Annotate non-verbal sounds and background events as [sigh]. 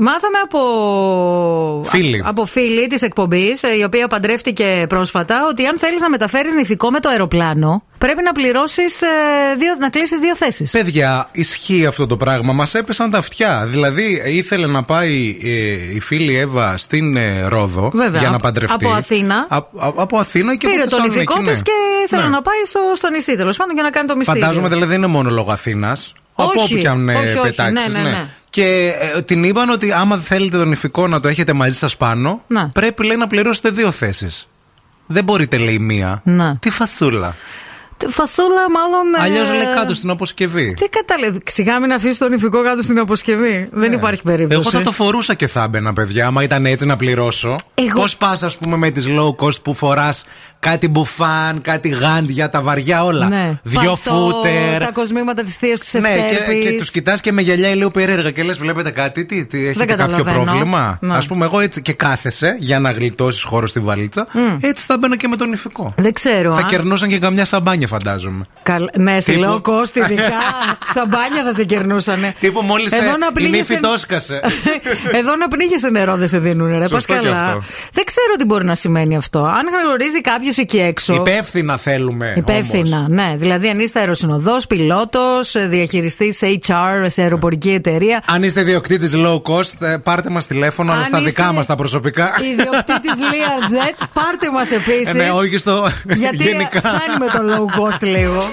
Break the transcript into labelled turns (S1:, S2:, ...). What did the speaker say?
S1: Μάθαμε από
S2: Φίλοι.
S1: από φίλη της εκπομπής, η οποία παντρεύτηκε πρόσφατα, ότι αν θέλεις να μεταφέρεις νηφικό με το αεροπλάνο, πρέπει να πληρώσεις να κλείσεις δύο θέσεις.
S2: Παιδιά, ισχύει αυτό το πράγμα. Μας έπεσαν τα αυτιά. Δηλαδή, ήθελε να πάει ε, η φίλη Εύα στην ε, Ρόδο
S1: Βέβαια,
S2: για να
S1: απ-
S2: παντρευτεί.
S1: από Αθήνα.
S2: Α- α- από Αθήνα και
S1: Πήρε το
S2: από Θεσσαλονίκη,
S1: νηφικό
S2: ναι.
S1: της και ήθελε
S2: Ναι.
S1: να πάει στο, στο νησί, τέλος πάντων, για να κάνει το μυστήριο.
S2: Φαντάζομαι δηλαδή δεν είναι μόνο λόγω Αθήνας. Από
S1: Όχι,
S2: όπου και αν
S1: όχι, όχι,
S2: πετάξεις.
S1: ναι, ναι, ναι.
S2: Και ε, την είπαν ότι άμα θέλετε τον ηφικό να το έχετε μαζί σας πάνω,
S1: Να.
S2: πρέπει λέει να πληρώσετε δύο θέσεις. Δεν μπορείτε λέει μία.
S1: Να.
S2: Τι φασούλα.
S1: Τ- Φασούλα, μάλλον. Ναι. ε,
S2: Αλλιώς λέει κάτω στην αποσκευή.
S1: Τι καταλαβαίνει. Ξηγά μην αφήσεις το νηφικό κάτω στην αποσκευή. Δεν υπάρχει περίπτωση.
S2: Ναι. Εγώ θα το φορούσα και θα έμπαινα, παιδιά, άμα ήταν έτσι να πληρώσω.
S1: Εγώ-
S2: Πώς πας, ας πούμε, με τις low cost που φοράς κάτι μπουφάν, κάτι γάντια, τα βαριά όλα.
S1: Ναι.
S2: Δυο
S1: Παλτό,
S2: φούτερ.
S1: Τα κοσμήματα της θείας του
S2: Ναι, και, και τους κοιτάς και με γελιάει λίγο περίεργα και λες: Βλέπετε κάτι, τι, τι έχετε κάποιο
S1: καταλαβαίνω.
S2: πρόβλημα.
S1: Ναι.
S2: Ας πούμε, εγώ έτσι και κάθεσαι για να γλιτώσεις χώρο στη βαλίτσα. Έτσι θα μπαίνα και με τον ηφικό.
S1: Δεν ξέρω.
S2: Θα
S1: αν-
S2: κερνούσαν και καμιά σαμπάνια, φαντάζομαι.
S1: Καλ... Ναι, σε
S2: Τύπου-
S1: λέω κόστη ειδικά. Σαμπάνια θα σε κερνούσανε.
S2: Τύπου μόλις, ε, η νύφη το έσκασε.
S1: [laughs] Εδώ να πνίγεσαι νερό δεν σε δίνουν, ρε. Πας
S2: Σωστό και
S1: καλά.
S2: αυτό.
S1: Δεν ξέρω τι μπορεί να σημαίνει αυτό. Αν γνωρίζει κάποιος εκεί έξω.
S2: Υπεύθυνα θέλουμε.
S1: Υπεύθυνα,
S2: όμως.
S1: ναι. Δηλαδή, αν είστε αεροσυνοδός, πιλότος, διαχειριστής HR σε αεροπορική εταιρεία.
S2: Αν είστε διοκτήτη low cost, ε, πάρτε μας τηλέφωνο αλλά
S1: Αν
S2: στα
S1: είστε
S2: δικά μας τα προσωπικά.
S1: Ιδιοκτήτης
S2: [laughs]
S1: Learjet, πάρτε μας
S2: Ε,
S1: επίση.
S2: ναι, όχι στο.
S1: γιατί
S2: [laughs] γενικά.
S1: φτάνει με το low cost λίγο.